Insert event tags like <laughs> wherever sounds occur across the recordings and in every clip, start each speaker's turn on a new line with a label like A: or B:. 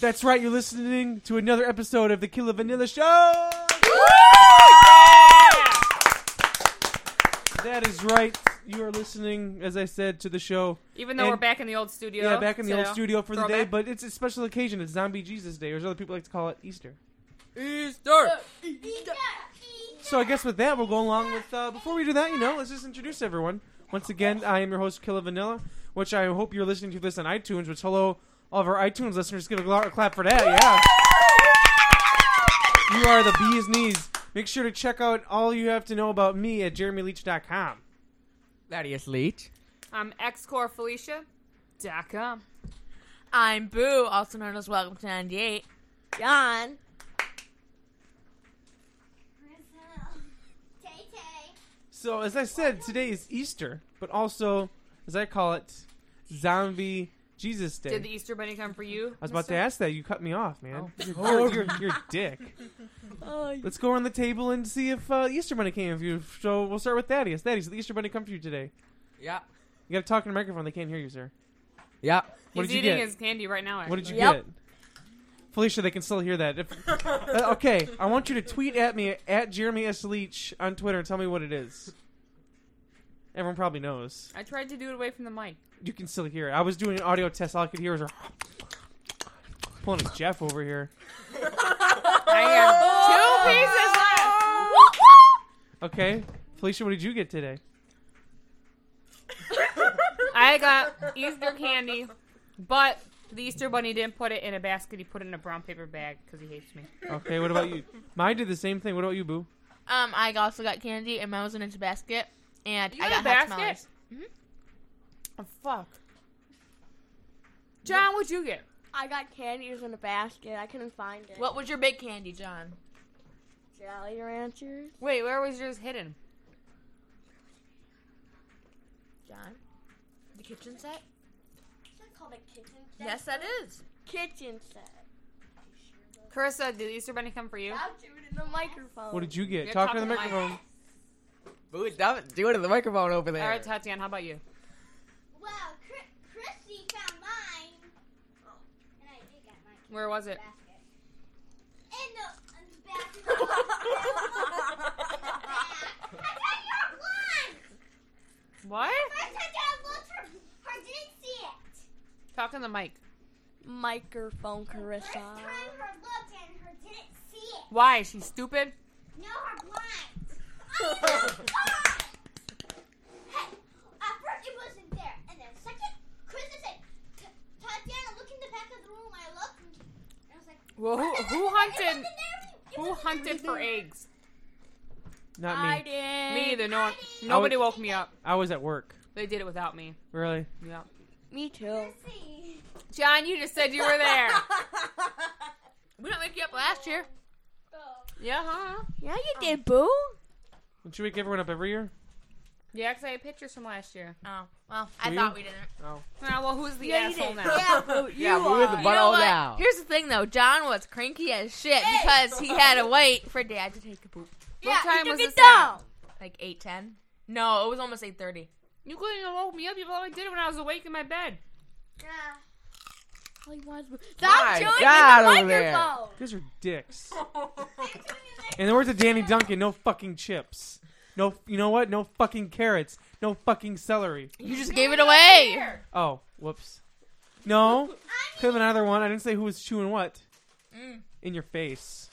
A: That's right, you're listening to another episode of the Killa Vanilla Show. That is right. You are listening, as I said, to the show.
B: Even though
A: And-
B: we're back in the old studio.
A: Yeah, back in the old
B: so-
A: studio for the day,
B: throwback.
A: but it's a special occasion. It's Zombie Jesus Day, or as other people like to call it, Easter.
B: Easter.
A: So I guess with that, we'll go along with. Uh, before we do that, you know, let's just introduce everyone. Once again, I am your host, Killa Vanilla, which I hope you're listening to this on iTunes. Which hello, all of our iTunes listeners, give a gla- clap for that. Yeah, you are the bee's knees. Make sure to check out all you have to know about me at jeremyleach.com.
C: Thaddeus Leach.
B: I'm xcorefelicia.com.
D: I'm Boo, also known as Welcome to 98. John.
A: So as I said, today is Easter, but also, as I call it, Zombie Jesus Day.
B: Did the Easter Bunny come for you?
A: I was about to ask that. You cut me off, man.
B: Oh.
A: You're, <laughs>
B: <laughs>
A: you're, you're a dick. Let's go around the table and see if uh, Easter Bunny came for you. So we'll start with Thaddeus. Thaddeus, did the Easter Bunny come for you today?
C: Yeah.
A: You got to talk in the microphone. They can't hear you, sir.
C: Yeah.
A: What
B: He's
A: did you
B: eating
A: get?
B: his candy right now.
A: What did you
D: Yep.
A: get? Felicia, they can still hear that. If, uh,
B: <laughs>
A: okay, I want you to tweet at me at Jeremy S. Leach on Twitter and tell me what it is. Everyone probably knows.
B: I tried to do it away from the
D: <laughs>
B: mic.
A: You can still hear it. I was doing an audio test. All I could hear was her pulling a Jeff over here.
B: I have two pieces left.
A: Okay, Felicia, what did you get today?
B: I got Easter candy, but the Easter Bunny didn't put it in a basket. He put it in a brown paper bag because he hates me.
A: Okay, what about you? Mine did the same thing. What about you, Boo?
D: Um, I also got candy, and mine was in a basket, and
B: You
D: I
B: got
D: got
B: a
D: hot
B: basket?
D: tamales.
B: Oh, fuck. John, what'd you get?
E: I got candy. It was in a basket. I couldn't find it.
D: What was your big candy, John?
E: Jolly Ranchers?
B: Wait, where was yours hidden?
D: John? The kitchen set?
E: Is that called a kitchen set?
D: Yes, that is.
E: Kitchen set.
B: Carissa, did the Easter Bunny come for you?
E: That's it in the microphone.
A: What did you get?
B: You're
A: Talk to the
B: talking to the
A: microphone.
C: Boo, stop doing it to the microphone over there.
B: All right, Tatiana, how about you?
F: Well, Chr- Chrissy found mine. And I did get mine.
B: Where was it?
F: Basket. In the, in the basket. In the back. I got your one.
B: What?
F: First I got looked for her, didn't see it.
B: Talk in the mic.
E: Microphone,
F: First
E: Carissa.
F: time her looked and her didn't see it.
B: Why? She's stupid?
F: No, her blind. I am blind. <laughs> Hey, at first it wasn't there, and then second, Chris said, "T- Tatiana, look in the back of the room. I looked, and I was like,
B: Well, who, who
F: It
B: hunted?
F: wasn't there. It
B: Who
F: wasn't
B: hunted for eggs?
A: Not
D: I
A: me.
D: did.
B: Me either. No one. Nobody woke me up.
A: I was at work.
B: They did it without me.
A: Really?
B: Yeah.
E: Me too.
F: there. See.
B: John, you just said you were
E: <laughs>
B: there.
D: We don't wake you up last year.
E: Oh.
B: yeah, huh?
E: Yeah, you did, boo.
A: Don't you wake everyone up every year?
B: Yeah, 'cause I had pictures from last year.
D: Oh, well, I
A: Do
D: thought
A: you?
D: we didn't.
A: Oh.
B: Ah, well, who's the
E: Yeah, you
B: asshole
E: did.
B: now?
E: Yeah, boo. You
C: Yeah, Boo
E: are.
C: is the butt- But
D: you know
C: oh,
D: what?
C: now.
D: Here's the thing, though. John was cranky as shit because he had to wait for Dad to take a poop.
B: What time was this? at?
D: Like eight ten? No, it was almost eight thirty.
B: You couldn't even woke me up. You probably did it when I was awake in my bed.
F: Yeah.
E: All he wants was-
C: My
E: Stop chewing
C: God,
E: in
C: over
E: the
C: there.
E: microphone.
A: You guys are dicks. And the words of Danny Duncan, no fucking chips. No, you know what? No fucking carrots. No fucking celery.
D: <laughs> You just gave it away.
A: Oh, whoops. No.
F: I
A: Could have been another one. I didn't say who was chewing what.
D: Mm.
A: In your face.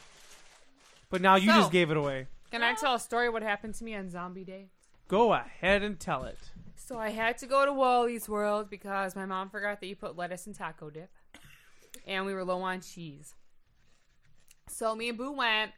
A: But now you
B: So-
A: just gave it away.
B: Can I tell a story what happened to me on Zombie Day?
A: Go ahead and tell it.
B: So I had to go to Wally's World because my mom forgot that you put lettuce in taco dip, and we were low on cheese. So me and Boo went,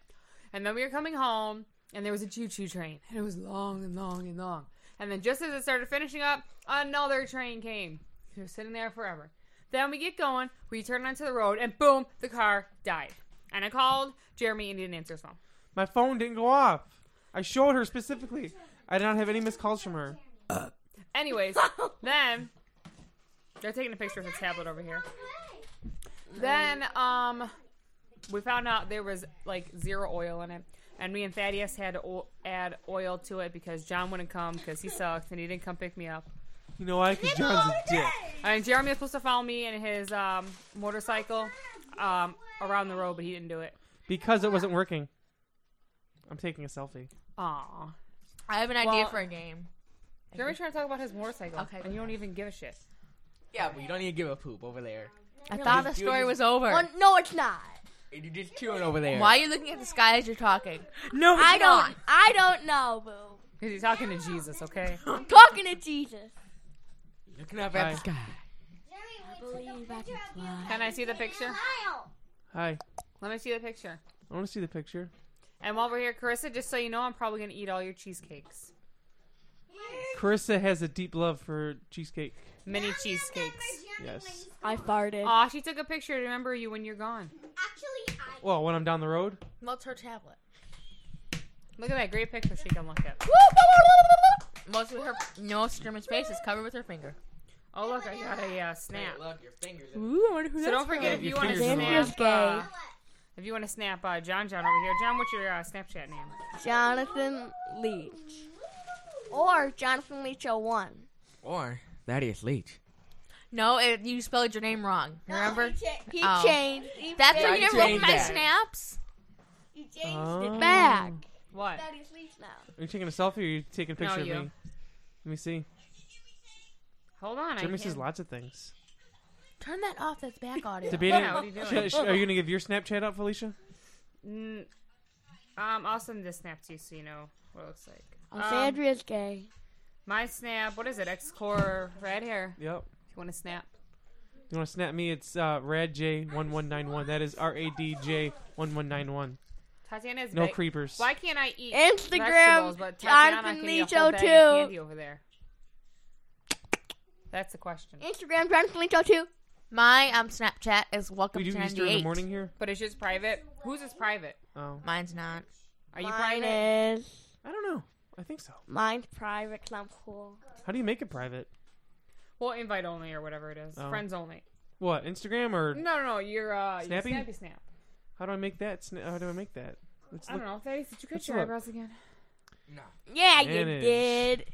B: and then we were coming home, and there was a choo-choo train, and it was long and long and long. And then just as it started finishing up, another train came. We were sitting there forever. Then we get going, we turn onto the road, and boom, the car died. And I called Jeremy, and he didn't answer his phone.
A: My phone didn't go off. I showed her specifically. I did not have any missed calls from her.
B: Anyways, then they're taking a picture of the tablet over here.
F: Wait.
B: Then um, we found out there was like zero oil in it, and me and Thaddeus had to o- add oil to it because John wouldn't come because he sucked and he didn't come pick me up.
A: You know why? Because John's a dick.
B: And Jeremy was supposed to follow me in his um, motorcycle, um, around the road, but he didn't do it.
A: because it wasn't working. I'm taking a selfie.
B: Aw.
D: I have an idea
B: Well-
D: for a game.
B: Jeremy's trying to talk about his motorcycle,
D: Okay,
B: and you don't even give a shit.
C: Yeah, but you don't need to give a poop over there.
D: I thought the
C: Just do it,
D: story
C: just-
D: was over.
E: Oh, no, it's not.
C: And You're just chewing over there.
D: Why are you looking at the sky as you're talking?
B: No,
E: I don't. I don't know, boo.
B: Because he's talking to Jesus, okay?
E: I'm talking to Jesus.
C: Looking up at the
A: Hi.
C: sky.
F: Jeremy, we took
E: believe
F: a
E: I
F: picture of
E: can
F: you
E: fly.
B: Can I see the
F: in
B: picture?
F: Ohio.
A: Hi.
B: Let me see the picture.
A: I want to see the picture.
B: And while we're here, Carissa, just so you know, I'm probably going to eat all your cheesecakes.
A: Carissa has a deep love for cheesecake.
B: Mini
F: Now you
B: cheesecakes.
F: remember Jeremy when
A: Yes.
F: you-
E: I farted.
B: Aw, she took a picture to remember you when you're gone.
F: Actually, I
A: Well, when I'm down the road.
D: Melts her tablet.
B: Look at that great picture she can look at.
D: Most of her, most of German's face is covered with her finger.
B: Oh, look, I got a uh, snap.
C: Look, your fingers.
D: Ooh, I wonder who
B: So don't forget if
A: Your
B: you want to
A: fingers are
B: snap,
E: gay.
B: uh, if you want to snap uh, John John over here. John, what's your uh, Snapchat name?
E: Jonathan Leach. Or Jonathan Leach 01.
C: Or Thaddeus Leach.
D: No, it, you spelled your name wrong. Remember?
E: He
D: Oh.
E: changed. He
D: That's
E: changed,
D: why
C: I
D: you never look at
C: changed
D: my
C: that.
D: snaps.
E: he changed
A: Oh.
E: it back.
B: What?
E: Daddy's Leach now.
A: Are you taking a selfie or are you taking a
B: No,
A: picture of
B: you.
A: me? Let me see.
B: Hold on. I
A: Jeremy
B: can't-
A: says lots of things.
D: Turn that off. That's back audio.
A: <laughs> Debating.
B: Yeah, what are you doing?
A: Sh- sh- are you going to give your Snapchat up, Felicia?
B: Mm, um, I'll send this snap to you so you know what it looks like.
E: I'll say
B: Um,
E: Andrea's gay.
B: My snap, what is it? X Core red hair.
A: Yep.
B: If you want to snap.
A: You want to snap me? It's uh, RadJ1191. That is R A D J 1191.
B: Tatiana is
A: No
B: ve-
A: creepers.
B: Why can't I eat vegetables,
E: Instagram,
B: but Tatiana
E: Jonathan
B: can eat a
E: Leach
B: whole bag of
E: 02.
B: candy over there? That's the question.
E: Instagram, Jonathan Leach 02.
D: My um Snapchat is welcome
A: We do
D: to
A: Easter in
B: E
A: the
D: 98.
A: morning here?
B: But it's just private. Whose is private?
A: Oh.
D: Mine's not.
B: Are you
E: Mine
B: private?
E: is.
A: I don't know. I think so.
E: Mine's private 'cause I'm cool.
A: How do you make it private?
B: Well, invite only or whatever it is.
A: Oh.
B: Friends only.
A: What? Instagram or
B: No, no, no. You're uh,
A: Snappy?
B: Snappy? Snappy snap.
A: how do I make that? Sna- How do I make that? Let's
B: I don't know. Thaddeus, did you cut
A: Let's
B: your
A: look.
B: eyebrows again?
E: Yeah, you
A: Manage.
E: did.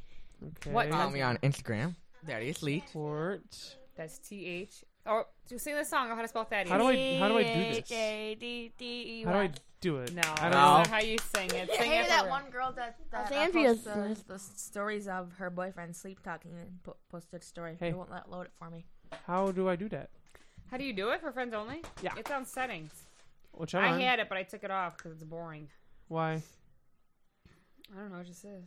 A: Okay.
B: What-
C: Follow me on Instagram. Thaddeus Leach.
A: Port.
B: That's T H. Oh, just sing the song. of how to spell Thaddeus.
A: How do I- how do I do this?
E: J-D-D-E-Y.
A: How do I do it?
B: No,
A: I don't
C: No.
B: that's not how you sing it. Sing it. for-
D: girl that,
E: That's Andrea's
D: posts the, the stories of her boyfriend sleep talking and po- posted a story.
A: Hey.
D: It won't let load it for me.
A: know. How do I do that?
B: How do you do it for friends only?
A: Yeah.
B: It's on settings.
A: Which I'm
B: I
A: on.
B: had it, but I took it off because it's boring.
A: Why?
B: I don't know. It just is.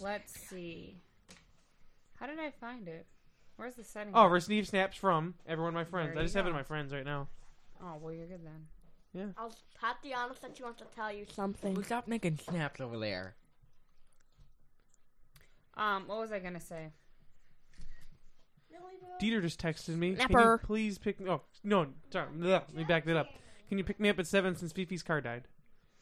B: Let's see. How did I find it? Where's the settings?
A: Oh, receive snaps from everyone, my friends.
B: There
A: I
B: you
A: just have it in
B: go.
A: my friends right now.
B: Oh, well, you're good then.
E: I'll Tatiana said she wants to tell you something.
C: Well, stop making snaps over there.
B: Um, what was I gonna say?
A: Dieter just texted me. Can you
E: Napper.
A: please pick me? Oh no, sorry. Bleh, Let me back that up. Can you pick me up at seven since Fifi's car died?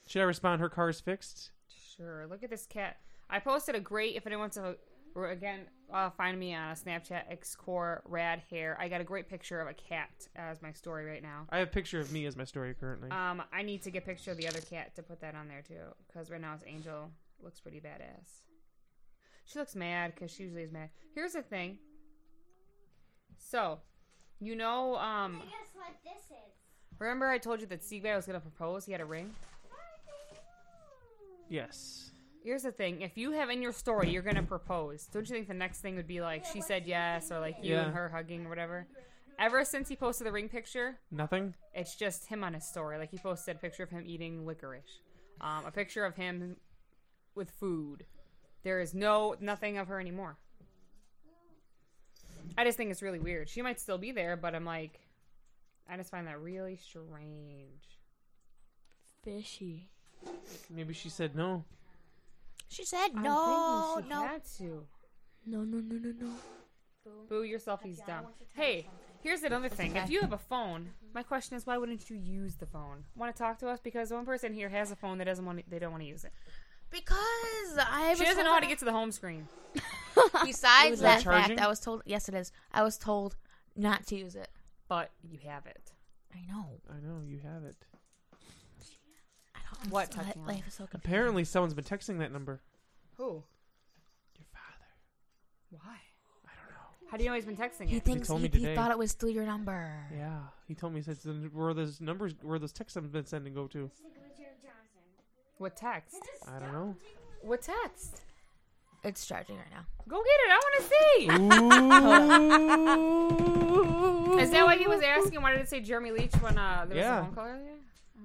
A: Should I respond? Her car's fixed.
B: Sure. Look at this cat. I posted a great. If anyone wants to, or again, uh, find me on Snapchat Xcore Rad Hair. I got a great picture of a cat as my story right now.
A: I have a picture of me as my story currently.
B: Um, I need to get a picture of the other cat to put that on there too, because right now it's Angel. Looks pretty badass. She looks mad because she usually is mad. Here's the thing. So, you know, um,
F: I guess what this is.
B: remember I told you that Seagull was gonna propose? He had a ring.
A: yes.
B: Here's the thing: if you have in your story you're gonna propose, don't you think the next thing would be like she said yes or like you
A: Yeah.
B: and her hugging or whatever? Ever since he posted the ring picture,
A: Nothing.
B: it's just him on his story. Like he posted a picture of him eating licorice, um, a picture of him with food. There is no nothing of her anymore. I just think it's really weird. She might still be there, but I'm like, I just find that really strange.
E: Fishy.
A: Maybe she said no.
D: She said
B: I'm
D: no,
B: thinking she
D: no.
B: had to.
E: No, no, no, no, no.
B: Boo, your selfie's dumb. Hey, here's another thing. If you have a phone, my question is why wouldn't you use the phone? Want to talk to us? Because one person here has a phone that doesn't want to, they don't want to use it.
D: Because I was
B: She doesn't know how to
D: told-
B: get to the home screen.
D: Besides
A: that
D: that
A: charging?
D: fact, I was told. Yes, it is. I was told not to use it.
B: But you have it.
D: I know.
A: I know you have it.
D: I don't
B: What,
D: understand.
B: Tatiana?
D: Life is so confusing.
A: Apparently, someone's been texting that number.
B: Who?
A: Your father.
B: Why?
A: I don't know.
B: How do you know he's been texting
G: He
B: it?
G: thinks
A: told me
G: he,
A: today.
G: he thought it was still your number.
A: Yeah, he told me since then where those numbers, where those texts I've been sending go to.
B: What text?
A: I don't
B: <laughs>
A: know.
B: What text?
G: It's charging right now.
B: Go get it. I want to see. Is that what he was asking? Why did it say Jeremy Leach when uh, there
A: Yeah.
B: was a phone call earlier?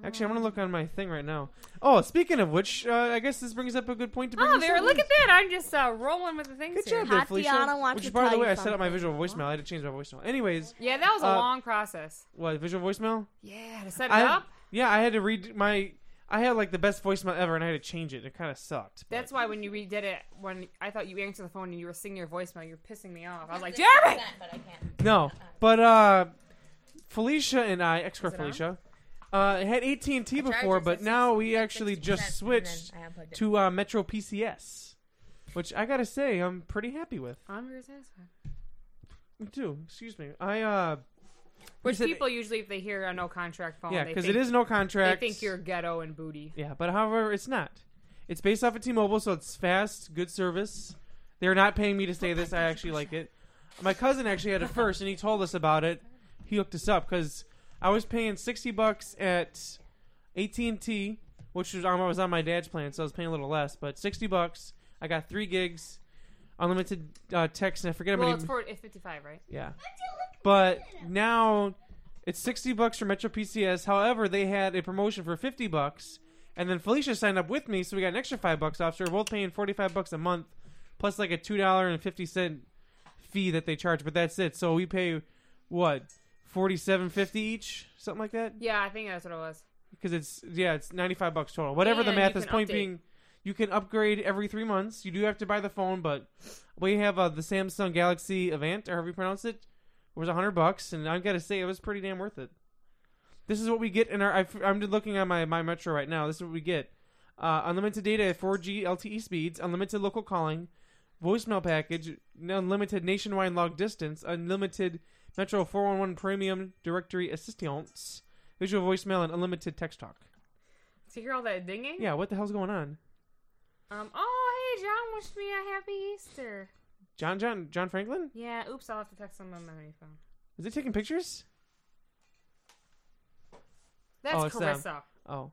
A: Actually, I'm gonna look on my thing right now. Oh, speaking of which, uh, I guess this brings up a good point to bring.
B: Oh,
A: this
B: there.
A: up.
B: Look at that. I'm just uh, rolling with the things
A: Good
B: here.
A: job, there,
E: Tatiana
A: Felicia.
E: wants
A: Which,
E: to
A: by the
E: tell
A: way,
E: you
A: I set up my
E: something.
A: visual voicemail. I had to change my voicemail. Anyways,
B: Yeah, that was a
A: Uh,
B: long process.
A: what visual voicemail?
B: Yeah, to set it
A: I,
B: up.
A: Yeah, I had to read my. I had like the best voicemail ever, and I had to change it. It kind of sucked. but-
B: That's why when you redid it, when I thought you answered the phone and you were singing your voicemail, you're pissing me off. I was like, Jeremy.
D: But I can't.
A: No, but uh, Felicia and I, ex-girl
B: Is it on?
A: Felicia, uh, had AT and T before,
D: Chargers
A: but
D: at
A: now we
D: 60,
A: actually
D: 60%,
A: just
D: and then
A: switched
D: I unplugged it.
A: to uh, Metro PCS, which I gotta say I'm pretty happy with.
B: <laughs> I'm your assessment.
A: Me too. Excuse me. I uh,
B: Which
A: said-
B: people usually, if they hear a no contract phone,
A: yeah,
B: Oh, they
A: because it
B: think-
A: is no contract.
B: They think you're ghetto and booty.
A: Yeah, but however, it's not. It's based off of T-Mobile, so it's fast, good service. They're not paying me to say this. I actually like it. My cousin actually had it first, and he told us about it. He hooked us up because I was paying sixty bucks at AT and T, which was I was on my dad's plan, so I was paying a little less. But sixty bucks, I got three gigs, unlimited uh, text, and I forget how
B: Well,
A: many.
B: it's for it's 55, right?
A: Yeah. But now it's 60 bucks for Metro PCS. However, they had a promotion for 50 bucks. And then Felicia signed up with me, so we got an extra 5 bucks off. So we're both paying 45 bucks a month plus like a $2.50 fee that they charge, but that's it. So we pay what? 47.50 each, something like that?
B: Yeah, I think that's what it was.
A: Because it's yeah, it's 95 bucks total. Whatever the
B: And
A: math
B: you
A: is
B: can
A: point
B: update.
A: being you can upgrade every 3 months. You do have to buy the phone, but we have uh, the Samsung Galaxy Avant, or however you pronounce it, was 100 bucks, and I've got to say it was pretty damn worth it. This is what we get in our. I've, I'm just looking at my my Metro right now. This is what we get: uh, unlimited data at 4G LTE E speeds, unlimited local calling, voicemail package, unlimited nationwide log distance, unlimited Metro 411 Premium Directory Assistance, visual voicemail, and unlimited text talk.
B: So you hear all that dinging?
A: Yeah, what the hell's going on?
B: Um. Oh, hey, John wished me a happy Easter.
A: John John John Franklin?
B: Yeah. Oops, I'll have to text him on my phone.
A: Is he taking pictures?
B: That's
A: Oh, it's them.
B: Carissa.
A: Oh.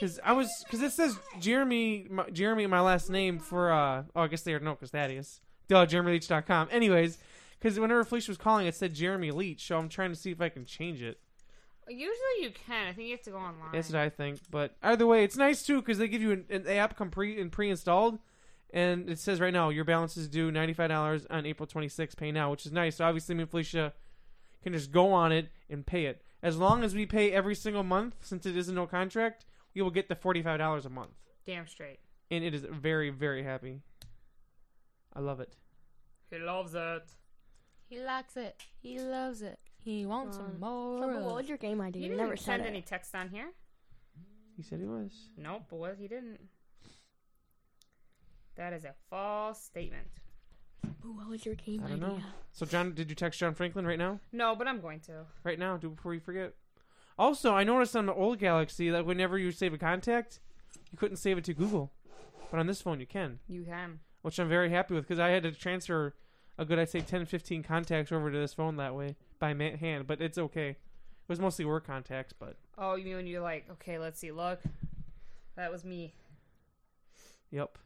A: Because I was because it says Jeremy my, Jeremy my last name for uh oh I guess they are no because that is duh JeremyLeach.com. Anyways, because whenever Felicia was calling, it said Jeremy Leach, so I'm trying to see if I can change it.
B: Usually you can. I think you have to go online.
A: That's what I think. But either way, it's nice too because they give you an, an app come pre and pre-installed, and it says right now your balance is due ninety five dollars on April twenty sixth. Pay now, which is nice. So obviously, me and Felicia can just go on it and pay it. As long as we pay every single month, since it is a no contract, we will get the forty five dollars a month,
B: Damn straight.
A: and it is very very happy. I love it.
B: He loves it.
G: He likes it. He loves it. He wants
E: Um,
G: some
E: So, but what
G: more.
E: was your game idea?
B: You
E: You,
B: didn't
E: never said
B: send
E: it.
B: any text on here.
A: He said he was.
B: Nope, boy, he didn't. That is a false statement.
E: But what was your game
A: I
E: idea?
A: don't know. So John, did you text John Franklin right now?
B: No, but I'm going to.
A: right now, do before you forget. Also, I noticed on the old Galaxy that whenever you save a contact, you couldn't save it to Google, but on this phone you can,
B: You can.
A: which I'm very happy with because I had to transfer a good, I'd say, 10, 15 contacts over to this phone that way by ma- hand, but it's okay. It was mostly work contacts, but
B: Oh, you mean when you're like, okay, let's see, look. That was me.
A: yep.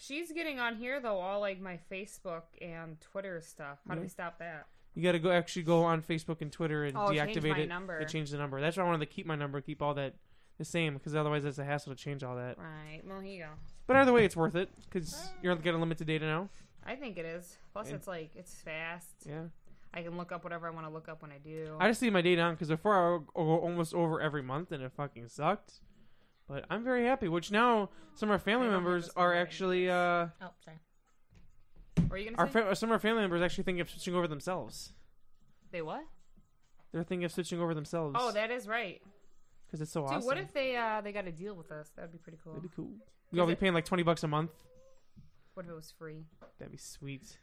B: She's getting on here though, all like my Facebook and Twitter stuff. How do we
A: Yeah.
B: stop that?
A: You got to go actually go on Facebook and Twitter and
B: Oh, change
A: deactivate
B: my
A: it.
B: number.
A: It changed the number. That's why I wanted to keep my number, keep all that the same, because otherwise it's a hassle to change all that.
B: Right. Well, here you go.
A: But either way, it's worth it because you're going to limited data now.
B: I think it is. Plus,
A: And-
B: it's like it's fast.
A: Yeah.
B: I can look up whatever I want to look up when I do.
A: I just leave my date on because before I would go almost over every month and it fucking sucked. But I'm very happy. Which now some of our family
B: I don't have
A: members
B: this
A: are
B: memory.
A: actually uh,
D: Oh, sorry.
B: What Are you
A: our
B: gonna say
A: fa- some of our family members actually think of switching over themselves.
B: they what?
A: They're thinking of switching over themselves.
B: Oh, that is right.
A: because it's so
B: Dude,
A: awesome.
B: what if they uh they got a deal with us? That'd be pretty cool.
A: That'd be cool. We all
B: Is
A: be
B: it-
A: paying like twenty bucks a month.
B: What if it was free?
A: That'd be sweet.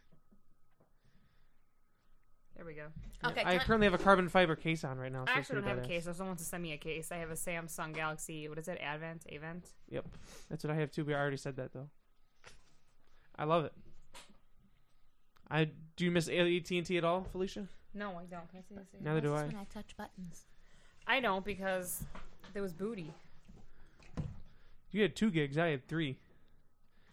B: There we go.
D: Okay,
A: I
D: can I-
A: currently have a carbon fiber case on right now. So
B: I
A: it's
B: actually don't
A: pretty
B: have a
A: badass.
B: case. If someone wants to send me a case, I have a Samsung Galaxy. What is it? Advent? Avent?
A: Yep, that's what I have too. We already said that though. I love it. I do you miss AT and T at all, Felicia?
B: No, I don't. Can I see this again?
A: Neither do
G: This
A: I.
G: is when I touch buttons.
B: I don't because there was booty.
A: You had two gigs. I had three.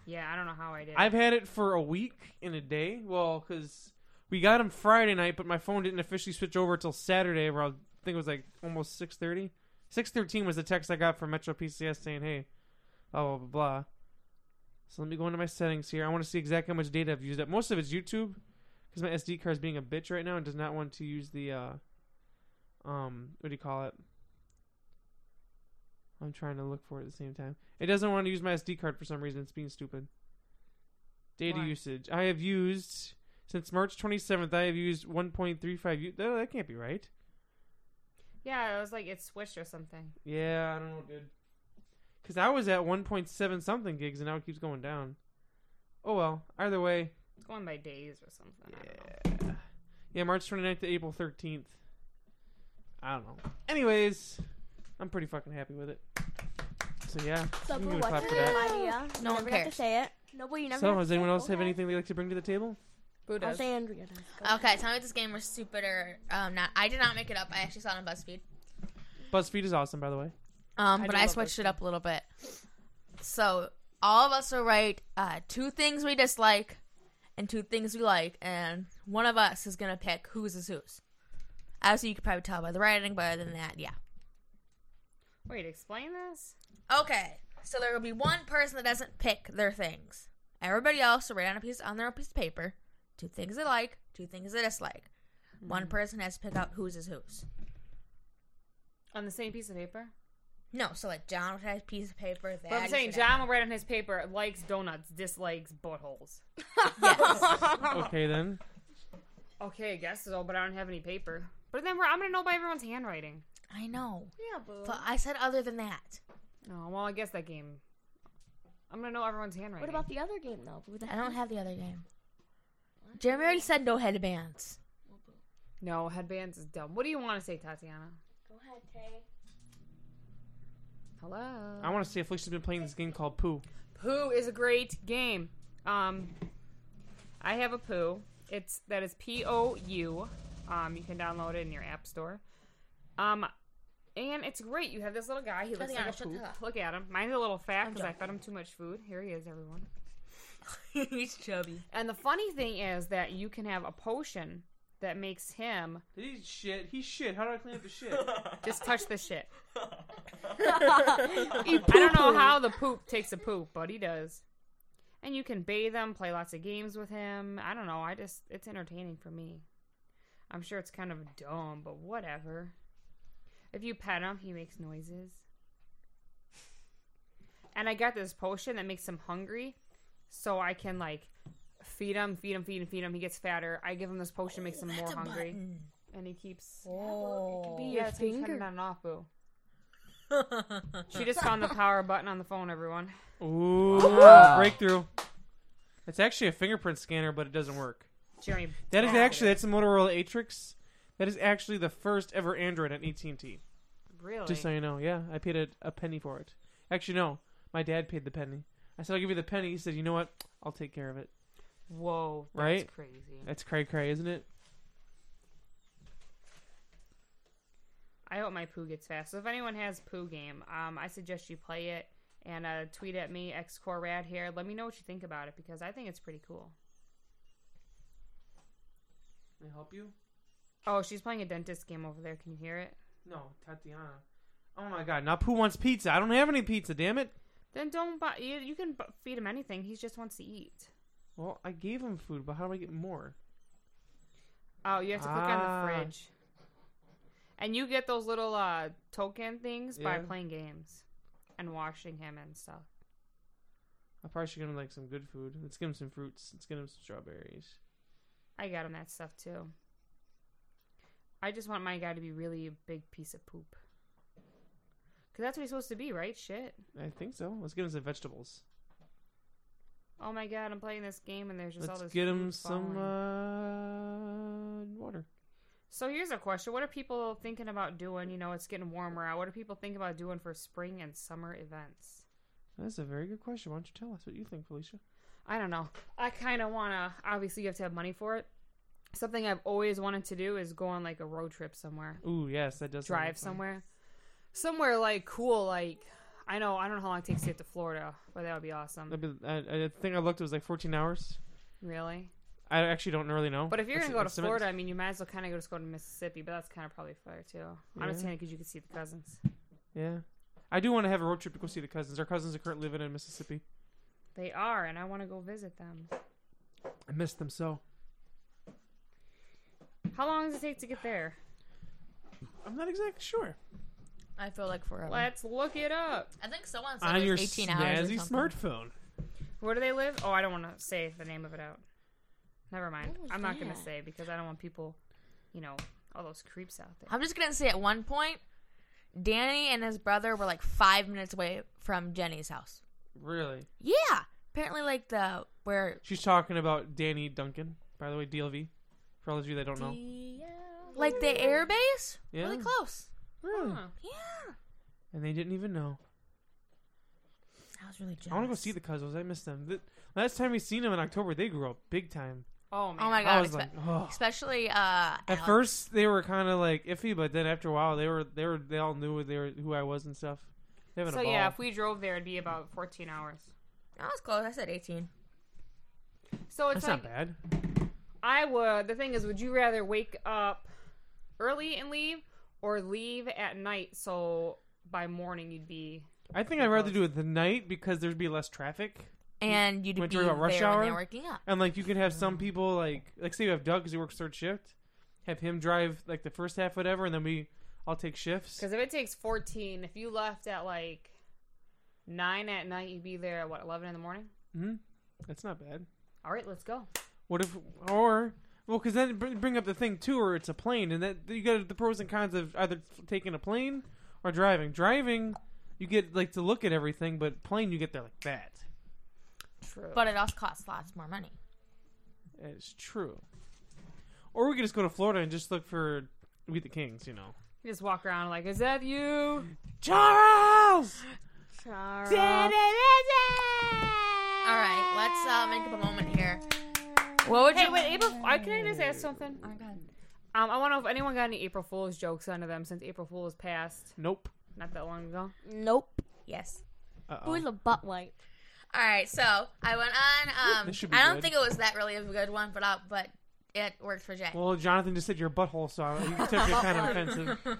B: Yeah, I don't know how I did.
A: I've had it for a week and a day. Well, because we got them Friday night, but my phone didn't officially switch over till Saturday, where I think it was like almost six thirty. Six thirteen was the text I got from Metro PCS saying, "Hey, blah blah blah." blah. So let me go into my settings here. I want to see exactly how much data I've used up. Most of it's YouTube, because my SD card is being a bitch right now and does not want to use the, uh, um, what do you call it? I'm trying to look for it at the same time. It doesn't want to use my SD card for some reason. It's being stupid. Data
B: Why?
A: usage. I have used since March 27th. I have used 1.35. U- that, that can't be right.
B: yeah, it was like it switched or something.
A: Yeah, I don't know, dude. Because I was at 1.7 something gigs, and now it keeps going down. Oh well. Either way,
B: It's going by days or something. I don't know.
A: yeah. yeah, March 29th to April 13th. I don't know. Anyways, I'm pretty fucking happy with it. So yeah,
E: So,
A: I'm
E: Boo,
A: gonna
E: what's
A: clap
E: your
A: for that.
E: idea?
D: No one
E: never have
D: cares.
E: to say it. Nobody never.
A: So,
E: have to
A: does
E: say
A: anyone
E: it.
A: else have
E: Okay.
A: anything they'd like to bring to the table?
B: Boo
E: I'll
B: does.
E: say Andrea does. Go ahead.
D: Okay, tell me if this game was stupid or um, not. I did not make it up. I actually saw it on BuzzFeed.
A: BuzzFeed is awesome, by the way. <laughs>
D: Um,
B: I
D: but
B: do
D: I
B: love
D: switched
B: BuzzFeed.
D: it up a little bit. So all of us will write uh, two things we dislike and two things we like, and one of us is gonna pick whose is whose. Obviously, you could probably tell by the writing, but other than that, yeah.
B: Wait, explain this.
D: Okay, so there will be one person that doesn't pick their things. Everybody else will write on a piece on their own piece of paper, two things they like, two things they dislike. One person has to pick out whose is whose.
B: On the same piece of paper.
D: No, so like John would have a piece of paper. That
B: But I'm saying John will write on his paper likes donuts, dislikes buttholes.
A: Okay then.
B: Okay, I guess so, but I don't have any paper. But then we're, I'm gonna know by everyone's handwriting.
D: I know,
F: Yeah, boo.
D: but I said other than that.
B: Oh well, I guess that game. I'm gonna know everyone's handwriting.
E: What about the other game though? Boo?
D: I don't have the other game. Jeremy already said no headbands.
B: no headbands is dumb. What do you want to say, Tatiana?
E: Go ahead, Tay.
B: Hello.
A: I want to see if Felicia's been playing this game called Pooh.
B: Pooh is a great game. Um, I have a Pooh. It's that is P O U. Um, you can download it in your app store. Um, and it's great. You have this little guy. He looks
D: Tatiana,
B: like a
D: shut the
B: poop.
D: hell up.
B: Look at him. Mine's a little fat
D: I'm
B: because I
D: joking.
B: fed him too much food. Here he is, everyone.
D: He's chubby.
B: And the funny thing is that you can have a potion that makes him
A: He's shit. He's shit. How do I clean up the shit?
B: just touch the <laughs> shit. I don't know how the poop takes a poop, but he does. And you can bathe him, play lots of games with him. I don't know. I just it's entertaining for me. I'm sure it's kind of dumb, but whatever. If you pet him, he makes noises. And I got this potion that makes him hungry, so I can like feed him, feed him, feed him, feed him. He gets fatter. I give him this potion, makes him more hungry, and he keeps.
D: Oh.
B: Yeah, it's turning
E: finger.
B: it on and
A: <laughs>
B: off, boo. She just found the power button on the phone, everyone.
A: Ooh, breakthrough. It's actually a fingerprint scanner, but it doesn't work.
B: Jeremy.
A: That is
B: blasted
A: actually
B: it.
A: that's the Motorola Atrix. That is actually the first ever Android on E AT&T.
B: really.
A: Just so you know, yeah, I paid a, a penny for it. Actually, no, my dad paid the penny. I said I'll give you the penny. He said, you know what? I'll take care of it.
B: Whoa, that's
A: Right?
B: crazy.
A: That's cray cray, isn't it?
B: I hope my poo gets fast. So if anyone has poo game, um, I suggest you play it and uh, tweet at me xcorrad here. Let me know what you think about it because I think it's pretty cool.
A: Can I help you?
B: Oh, she's playing a dentist game over there. Can you hear it?
A: No, Tatiana. Oh my God! Now who wants pizza? I don't have any pizza. Damn it!
B: Then don't buy. You, you can bu- feed him anything. He just wants to eat.
A: Well, I gave him food, but how do I get more?
B: Oh, you have to click
A: Ah.
B: on the fridge. And you get those little uh, token things by
A: Yeah.
B: playing games and watching him and stuff.
A: I probably should give him like some good food. Let's give him some fruits. Let's give him some strawberries.
B: I got him that stuff too. I just want my guy to be really a big piece of poop. Because that's what he's supposed to be, right? Shit.
A: I think so. Let's give him some vegetables.
B: Oh my god, I'm playing this game and there's just all
A: Let's
B: this.
A: get
B: food
A: him some
B: falling.
A: uh, water.
B: So here's a question What are people thinking about doing? You know, it's getting warmer out. What are people thinking about doing for spring and summer events?
A: That's a very good question. Why don't you tell us what you think, Felicia?
B: I don't know. I kind of want to. Obviously, you have to have money for it. Something I've always wanted to do is go on like a road trip somewhere,
A: Ooh, yes, that does sound like
B: drive
A: fun.
B: somewhere, somewhere like cool. Like I know I don't know how long it takes to get to Florida, but that would be awesome.
A: That'd be- I, I think I looked. It was like 14 hours.
B: Really.
A: I actually don't really know.
B: But if you're
A: That's-
B: gonna go to
A: that's cement.
B: Florida, I mean, you might as well kind of just go to Mississippi. But that's kind of probably fair too. I'm just
A: Yeah.
B: saying because you can see the cousins.
A: yeah, I do want to have a road trip to go see the cousins. Our cousins are currently living in Mississippi.
B: They are, and I want to go visit them.
A: I miss them so.
B: How long does it take to get there?
A: I'm not exactly sure.
D: I feel like forever.
B: Let's look it up.
D: I think someone said
A: On
D: it
A: your
D: was 18 hours. Or
A: snazzy
D: something.
A: smartphone.
B: Where do they live? Oh, I don't want to say the name of it out. Never mind.
E: What was
B: I'm not going to
E: that?
B: say because I don't want people, you know, all those creeps out there.
D: I'm just gonna say at one point, Danny and his brother were like five minutes away from Jenny's house.
A: Really?
D: Yeah, apparently like the where
A: She's talking about Danny Duncan. By the way, DLV. For all of you that don't know.
D: like the airbase,
A: Yeah. Hmm.
D: really close. Hmm.
A: Really?
B: Huh.
D: Yeah,
A: And they didn't even know.
D: I was really jealous.
A: I want to go see the cousins. I miss them. The, last time we seen them in October, they grew up big time.
B: Oh, man.
D: Oh my
A: I
D: god!
A: was like,
D: expe-
A: oh.
D: especially uh,
A: At first, they were kind of like iffy, but then after a while, they were they were they all knew who they were who I was and stuff. They having
B: So,
A: a ball.
B: yeah, if we drove there, it'd be about 14 hours.
D: I was close. I said 18.
B: So it's
A: That's
B: like,
A: not bad.
B: I would. The thing is, would you rather wake up early and leave or leave at night so by morning you'd be.
A: I think I'd rather do it the night because there'd be less traffic,
D: And you'd
A: Went
D: be
A: during a rush
D: there when
A: hour?
D: they're working up.
A: and like you could have
B: Mm.
A: some people like like say you have Doug because he works third shift, have him drive like the first half whatever, and then we all take shifts.
B: Because if it takes 14, if you left at like 9 at night, you'd be there at what, 11 in the morning?
A: hmm That's not bad.
B: All right, let's go.
A: What if or well, because then br- bring up the thing too, or it's a plane, and that you got the pros and cons of either taking a plane or driving. Driving, you get like to look at everything, but plane you get there like that.
B: True.
D: But it also costs lots more money.
A: It's true. Or we could just go to Florida and just look for We the Kings, you know.
B: You just walk around like, is that you?
A: Charles!
B: Charles.
D: All right, let's uh, make up a moment here.
B: What would you? Hey, wait, April. I can I just ask something?
D: Oh my god.
B: Um, I want to know if anyone got any April Fool's jokes under them since April Fool was passed
A: Nope.
B: not that long ago.
E: Nope.
D: Yes.
A: Uh-oh.
E: Who's a butt wipe?
D: All right, so I went on. Um,
A: This should be
D: I don't
A: good.
D: think it was that really of a good one, but uh, but it worked for Jay.
A: Well, Jonathan just said your butthole, so I- you took it kind of offensive.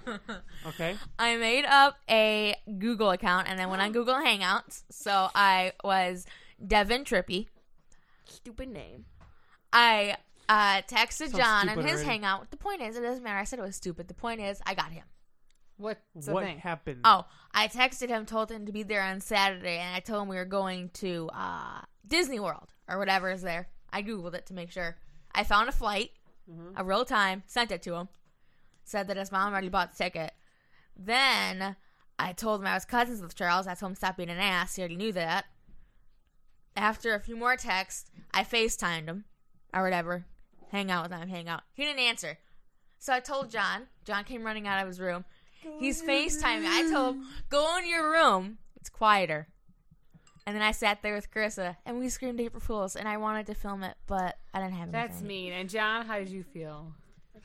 A: Okay.
D: <laughs> I made up a Google account and
A: <gasps>
D: I went on Google Hangouts. So I was Devin Trippy.
E: Stupid name.
D: I uh, texted
A: Sounds
D: John and
A: stupid
D: his
A: already.
D: Hangout. The point is, it doesn't matter. I said it was stupid. The point is, I got him.
B: What's the
A: what
B: thing?
A: happened?
D: Oh, I texted him, told him to be there on Saturday, and I told him we were going to uh, Disney World or whatever is there. I Googled it to make sure. I found a flight, a real time, sent it to him, said that his mom already bought the ticket. Then I told him I was cousins with Charles. I told him stop being an ass. He already knew that. After a few more texts, I FaceTimed him or whatever. Hang out with him, hang out. He didn't answer. So I told John. John came running out of his room. He's FaceTiming. I told him, go in your room. It's quieter. And then I sat there with Carissa and we screamed April Fools and I wanted to film it, but I didn't have anything.
B: That's mean. And John, how did you feel?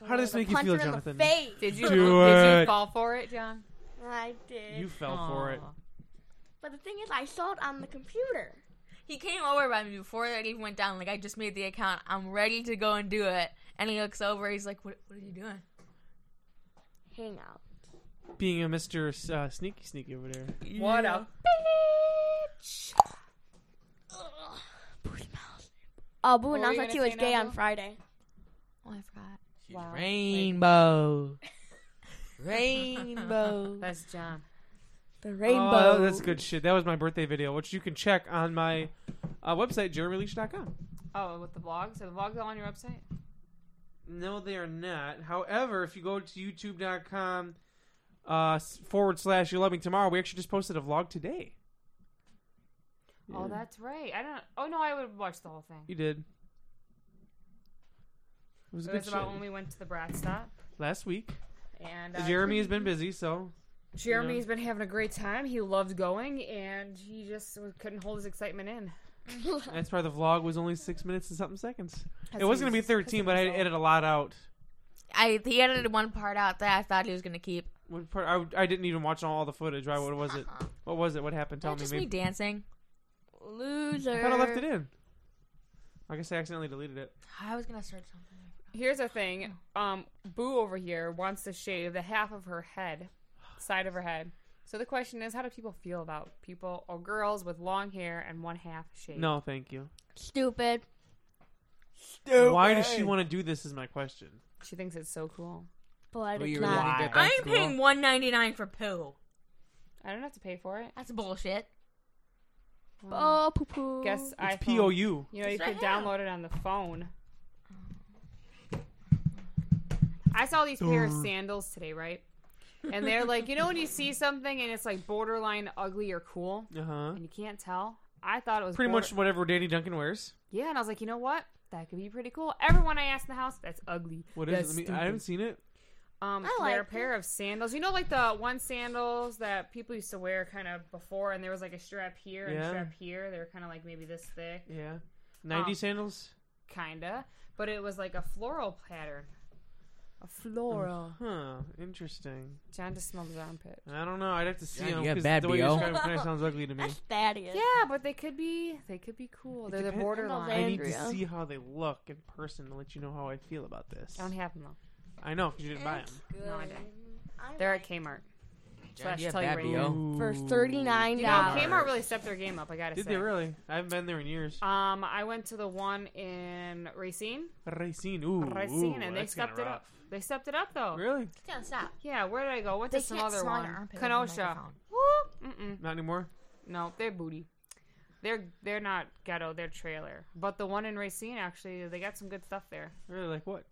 A: How does this make you
E: Punch
A: feel,
E: her in
A: Jonathan?
E: The face.
B: Did you
A: Do
B: did you
A: it.
B: fall for it, John?
E: I did.
A: You fell for it.
B: Aw.
E: But the thing is, I saw it on the computer.
D: He came over by me before it even went down. Like I just made the account. I'm ready to go and do it. And he looks over. He's like, "What? What are you doing?"
E: Hangout.
A: Being a Mr. S- Uh, sneaky Sneaky over there.
B: What a
E: Abu
B: were you
E: announced that
B: gonna
E: he
B: say
E: was gay
B: now,
E: on
B: Abu?
E: Friday.
D: Oh, I forgot.
C: She's
B: Wow.
C: Rainbow. Rainbow.
B: that's John.
E: The
A: Oh, that's good shit. That was my birthday video, which you can check on my uh, website, jeremyleash.com.
B: Oh, with the vlogs? Are the vlogs all on your website?
A: No, they are not. However, if you go to youtube.com uh, s- forward slash you love me tomorrow, we actually just posted a vlog today.
B: Oh, that's right. I don't. Oh no, I would watch the whole thing.
A: You did. It was
B: It
A: good
B: was
A: shit.
B: about when we went to the brat stop.
A: Last week.
B: And uh,
A: Jeremy has been busy, so.
B: Jeremy's been having a great time. He loved going, and he just couldn't hold his excitement in.
A: That's why the vlog was only six minutes and something seconds. it was going to be 13, but I edited a lot out.
D: I he edited one part out that I thought he was gonna keep.
A: What part? I, I didn't even watch all the footage. Right? What was it? What was it? What happened? Tell
D: That's
A: me.
D: just
A: babe.
D: me dancing.
A: I
D: Loser.
A: thought I left it in. I guess I accidentally deleted it.
D: I was gonna start something.
B: Here's the thing. Um, Boo over here wants to shave the half of her head, side of her head. So the question is, how do people feel about people or girls with long hair and one half shaved?
A: No, thank you.
E: Stupid.
A: Why does she want to do this? Is my question.
B: She thinks it's so cool.
E: But
H: Well,
E: it's
H: you
E: not.
H: really did
D: I'm
H: that, girl.
D: paying one ninety nine for poo.
B: I don't have to pay for it.
D: That's bullshit.
E: Oh, poo poo.
B: Guess I
A: It's P O U.
B: You know, you
D: That's
B: could
D: what I have.
B: download it on the phone. I saw these pair of sandals today, right? And they're like, you know, when you see something and it's like borderline ugly or cool,
A: Uh huh.
B: and you can't tell. I thought it was
A: Pretty
B: border-
A: much whatever Danny Duncan wears.
B: Yeah, and I was like, you know what? That could be pretty cool. Everyone I asked in the house, that's ugly.
A: What is it?
B: That's
A: Let me,
B: stupid.
A: I haven't seen it.
B: Um,
E: I
B: they're a
E: like
B: pair of sandals. You know, like the one sandals that people used to wear kind of before, and there was like a strap here and
A: Yeah.
B: strap here. They were kind of like maybe this thick,
A: Yeah. 90
B: Um,
A: sandals?
B: kinda, but it was like a floral pattern. A floral.
A: Huh. Interesting.
B: Mm. John just smelled his armpit.
A: I don't know. I'd have to see
H: Yeah, you
A: them.
H: got
A: 'cause
H: bad
A: the way you
H: BO.
A: describe it kinda sounds ugly to me.
E: That's Thaddeus.
B: Yeah, but they could be. They could be cool. They're the
A: depends- I
B: borderline.
E: They're-
A: need to
E: Andrea.
A: see how they look in person to let you know how I feel about this.
B: I don't have them
A: I know, because you didn't buy them.
B: though. No, I don't.
E: I
B: They're at
E: like
B: Kmart.
H: John,
B: Slash
H: you have
B: tell you
H: bad
B: right
H: BO.
B: now.
E: for thirty nine
B: You know,
E: dollars.
B: Kmart really stepped their game up. I gotta
A: Did
B: say.
A: they really? I haven't been there in years.
B: Um, I went to the one in Racine.
A: Racine. Ooh.
B: Racine,
A: ooh,
B: and they
A: that's kinda
B: stepped it up.
A: rough.
B: They stepped it up though.
A: Really?
D: Yeah, stop.
B: Yeah, where did I go? Went to some other
D: smell
B: one.
D: your armpit with the
B: Kenosha.
D: microphone.
B: Mm-mm.
A: Not anymore?
B: No, they're booty. They're they're not ghetto. They're trailer. But the one in Racine actually, they got some good stuff there.
A: Really? Like what?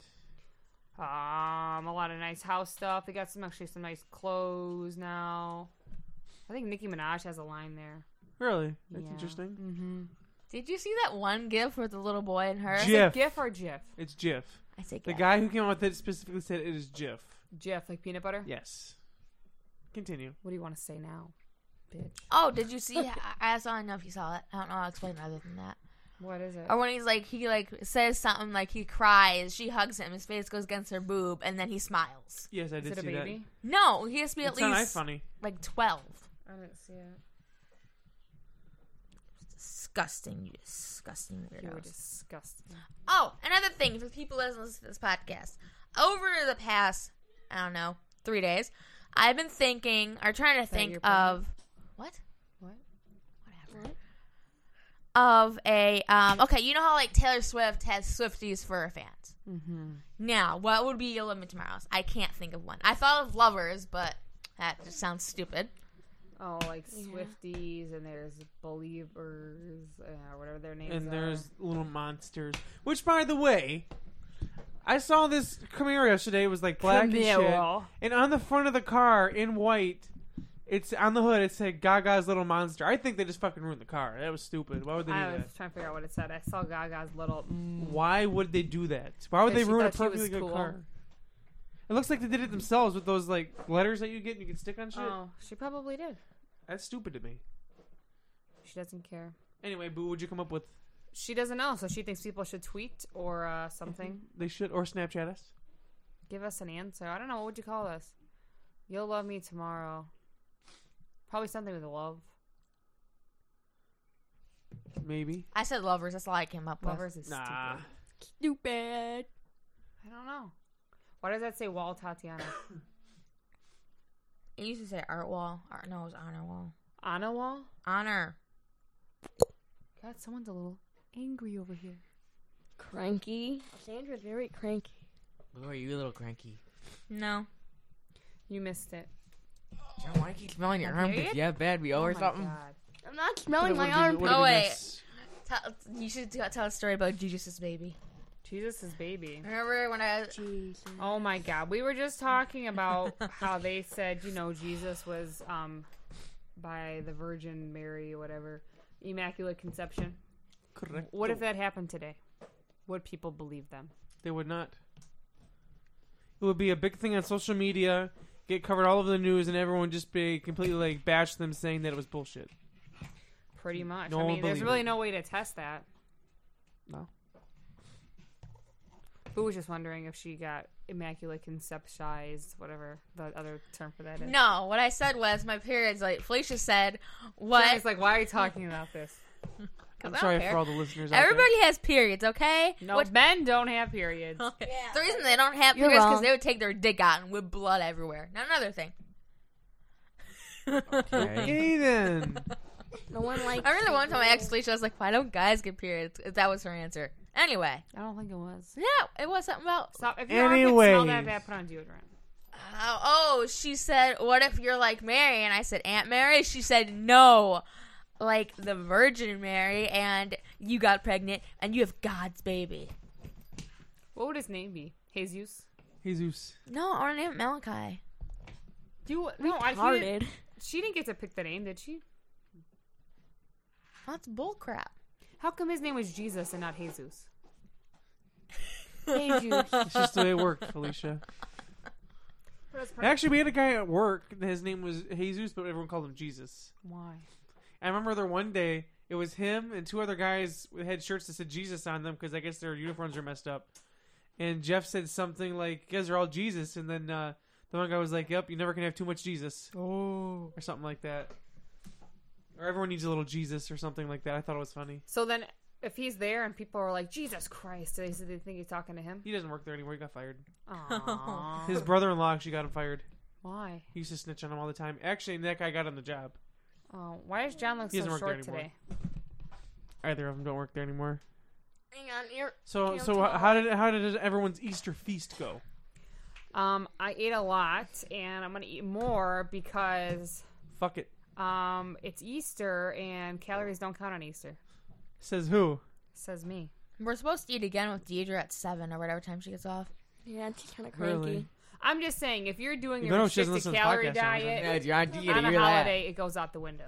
B: Um, a lot of nice house stuff. They got some actually some nice clothes now. I think Nicki Minaj has a line there.
A: Really? That's
B: Yeah.
A: interesting.
B: Mm-hmm.
D: Did you see that one gif with the little boy and her?
A: Gif.
B: GIF or GIF?
A: It's Jif.
D: I say
A: The
D: gif.
A: guy who came up with it specifically said it is Jif.
B: GIF, like peanut butter.
A: Yes. Continue.
B: What do you want to say now, bitch?
D: Oh, did
A: <laughs>
D: you see? I, I saw. I don't know if you saw it. I don't know. I'll explain other than that.
B: What is it?
D: Or when he's like, he like says something like he cries. She hugs him. His face goes against her boob, and then he smiles.
A: Yes, I
B: Is
A: did
B: it a
A: see
B: baby?
D: No, he has to be
A: that.
D: at
A: It's not
D: least
A: funny.
D: like twelve.
B: I didn't see it.
D: Disgusting, you disgusting
B: You were
D: weirdos.
B: disgusting.
D: Oh, another thing for people that listen to this podcast. Over the past, I don't know, three days, I've been thinking or trying to
B: that
D: think
B: your problem?
D: of what?
B: What?
D: Whatever. Of a um, okay, you know how like Taylor Swift has Swifties for her fans.
B: Mm-hmm.
D: Now, what would be your limit tomorrow's? I can't think of one. I thought of lovers, but that just sounds stupid.
B: Oh, like Swifties and there's Believers, uh, whatever their names
A: and
B: are.
A: there's little monsters. Which, by the way, I saw this Camaro yesterday. It was like black and
B: Camaro.
A: shit. And on the front of the car in white, it's on the hood. It said Gaga's little monster. I think they just fucking ruined the car. That was stupid. Why would they do
B: I was
A: that?
B: trying to figure out what it said. I saw Gaga's little. Mm.
A: Why would they do that? Why would
B: 'Cause
A: they
B: she
A: ruin a
B: thought she was
A: perfectly good
B: cool.
A: car? It looks like they did it themselves with those like letters that you get and you can stick on shit.
B: Oh, she probably did.
A: That's stupid to me.
B: She doesn't care.
A: Anyway, Boo, what'd you come up with?
B: She doesn't know, so she thinks people should tweet or uh, something.
A: They should or Snapchat us.
B: Give us an answer. I don't know. What would you call this? You'll love me tomorrow. Probably something with love.
A: Maybe.
D: I said lovers. That's all I came up with.
B: Lovers is
A: Nah.
B: stupid.
E: Stupid.
B: I don't know. Why does that say wall Tatiana?
D: It used to say art wall. Art, no, it was honor wall.
B: <laughs> Anna wall?
D: Honor.
B: God, someone's a little angry over here.
E: Cranky. Sandra's very cranky.
H: Lori, you a little cranky.
D: No.
B: You missed it.
H: John, why do you keep smelling your
D: A
H: armpit?
D: period?
H: You have bad BO or
B: my
H: something?
B: God.
E: I'm not
A: But it
E: smelling my
A: would've been-
E: arm.
A: would've
D: Oh,
A: been
D: wait.
A: this-
D: Tell, you should t- tell a story about Jujutsu's baby.
B: Jesus' baby.
D: Remember when I?
E: Jesus.
B: Oh my God. We were just talking about how they said, you know, Jesus was um, by the Virgin Mary, or whatever, Immaculate Conception.
A: Correct.
B: What if that happened today? Would people believe them?
A: They would not. It would be a big thing on social media, get covered all over the news, and everyone just be completely like bash them, saying that it was bullshit.
B: Pretty much.
A: No
B: I
A: one
B: mean, there's
A: believed
B: really
A: it.
B: no way to test that. No. Boo was just wondering if she got immaculate conceptized, whatever the other term for that is.
D: No, what I said was my period's like Felicia said.
B: But
D: What?
B: it's like, why are you talking about this?
A: I'm
D: I don't
A: sorry
D: care.
A: for all the listeners. out there.
D: Everybody has periods, okay?
B: No, <laughs>
D: Which-
B: men don't have periods.
F: Yeah.
D: <laughs> the reason they don't have
E: You're
D: periods because
E: wrong.
D: they would take their dick out and with blood everywhere. Now another thing.
H: Okay.
A: Okay then. <laughs>
E: No one likes.
D: <laughs> I remember one time I asked Felicia, I was like, "Why don't guys get periods?" That was her answer. Anyway,
B: I don't think it was.
D: no, it was something about.
B: Stop. If your armpit smell that
A: Anyways.
B: bad, put on deodorant.
D: Uh, oh, she said, "What if you're like Mary?" And I said, "Aunt Mary." She said, "No, like the Virgin Mary, and you got pregnant, and you have God's baby."
B: What would his name be? Jesus?
A: Jesus.
D: No, our name Malachi.
B: You no, I, she, didn't,
E: Retarded.
B: she didn't get to pick the name, did she?
D: That's bullcrap.
B: How come his name was Jesus and not Jesus?
E: Hey,
A: <laughs>
E: Juice.
A: It's just the way it worked, Felicia. Actually, we had a guy at work. His name was Jesus, but everyone called him Jesus.
B: Why?
A: I remember there one day it was him and two other guys had shirts that said Jesus on them because I guess their uniforms were messed up. And Jeff said something like, "You guys are all Jesus," and then uh, the one guy was like, "Yep, you never can have too much Jesus,"
B: Oh.
A: or something like that. Or everyone needs a little Jesus, or something like that. I thought it was funny.
B: So then, if he's there and people are like, Jesus Christ, they, they think he's talking
A: <laughs>
B: to him?
A: He doesn't work there anymore. He got fired.
B: Aw.
A: His brother-in-law actually got him fired.
B: Why?
A: He used to snitch on him all the time. Actually, that guy got him the job.
B: Oh, why does John look
A: He doesn't
B: so
A: work there
B: short
A: anymore.
B: today?
A: Either of them don't work there anymore.
D: Hang on, you're
A: So,
D: Can't
A: so
D: tell.
A: how did how did everyone's Easter feast go?
B: Um, I ate a lot and I'm going to eat more because
A: Fuck it.
B: um, it's Easter and calories don't count on Easter.
A: Says who?
B: Says me.
D: We're supposed to eat again with Deidre at seven or whatever time she gets off.
E: Yeah, she's kind of cranky.
A: Really?
B: I'm just saying, if you're doing
A: You
B: your
A: better she doesn't
B: restricted
A: listen to this
B: calorie
A: podcast, Amanda.
B: diet
H: Yeah, John, you get
B: on
H: a
B: a
H: year
B: holiday, it goes out the window.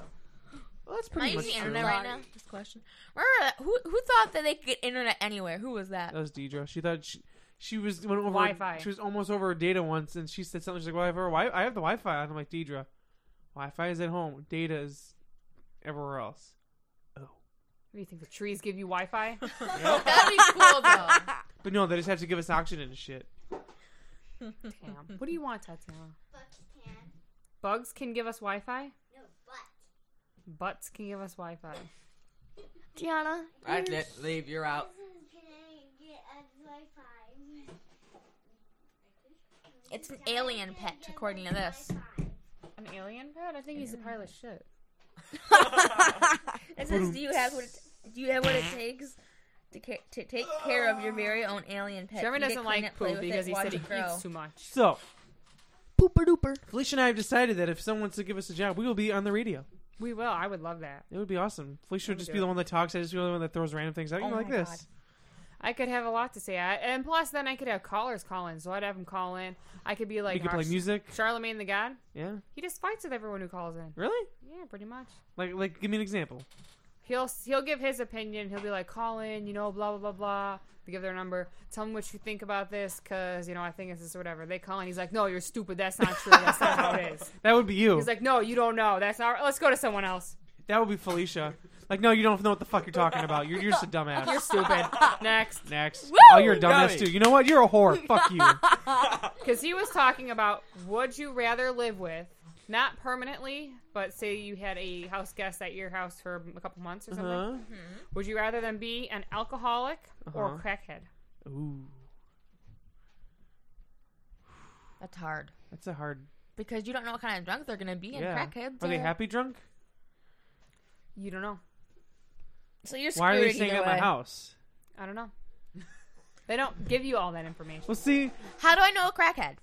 A: Well, that's
D: Am I
A: pretty much
D: using
A: true.
D: internet right now? This question. Remember that- who who thought that they could get internet anywhere? Who was <laughs> that?
A: That was Deidre. She thought she, she was went over
B: Wi-Fi.
A: She was almost over her data once, and she said something. She's like, "Well, I have, her wi- I have the Wi-Fi on." I'm like, "Deidre, Wi-Fi is at home. Data is everywhere else."
B: What do you think? The trees give you Wi
D: <laughs>
B: Fi?
D: That'd be cool though.
A: But no, they just have to give us oxygen and shit.
B: Damn. What do you want, Tatiana?
F: Bucks can.
B: Bugs can give us Wi Fi?
F: No, but.
B: Butts can give us Wi Fi.
E: Tiana.
H: That's it. Leave. You're out.
F: Can I get a Wi-Fi?
D: It's an alien pet, according to this.
B: An alien pet? I think he's a pile of shit.
D: It says, "Do you have what? It, do you have what it takes to, ca- to take care of your very own alien pet?"
B: Sherman
D: Eat it,
B: doesn't
D: clean
B: like
D: it, play
B: poo
D: with it,
B: because he
D: watch
B: said he
D: it grow."
B: eats too much.
A: So
E: Pooper duper.
A: Felicia and I have decided that if someone wants to give us a job, we will be on the radio.
B: We will. I would love that.
A: It would be awesome. Felicia would
B: Let me
A: just
B: do
A: be
B: it.
A: the one that talks. I just be the one that throws random things out. You
B: Oh
A: know, like
B: my
A: this.
B: God. I could have a lot to say. I, and plus, then I could have callers call in. So I'd have them call in. I could be like,
A: you could
B: our
A: play
B: Sh-
A: music.
B: Charlemagne the God.
A: Yeah.
B: He just fights with everyone who calls in.
A: Really?
B: Yeah, pretty much.
A: Like, like, give me an example.
B: He'll he'll give his opinion. He'll be like, call in, you know, blah blah blah blah. They give their number. Tell them what you think about this, cause you know I think this is whatever. They call in. He's like, no, you're stupid. That's not true. That's not how it is.
A: That would be you.
B: He's like, no, you don't know. That's not. Let's go to someone else.
A: that would be Felicia. Like, no, you don't know what the fuck you're talking about. You're, you're just a dumbass.
B: You're stupid.
A: <laughs>
B: Next,
A: Next.
D: Woo!
A: Oh, you're a
H: Got
A: dumbass
H: it.
A: too. You know what? You're a
B: <laughs>
A: whore. Fuck you.
B: cause he was talking about would you rather live with. Not permanently, but say you had a house guest at your house for a couple months or something.
A: Huh?
B: Would you rather them be an alcoholic or a
A: Uh-huh.
B: crackhead?
A: Ooh,
D: That's hard
A: that's a hard.
D: because you don't know what kind of drunk they're gonna be, and
A: Yeah.
D: crackheads
A: Are they
D: are-
A: happy drunk?
B: You don't know.
D: So you're screwed
A: Why are they
D: either
A: staying at my
D: way.
A: house?
B: I don't know. they don't give you all that information.
A: Well, see,
D: How do I know a crackhead?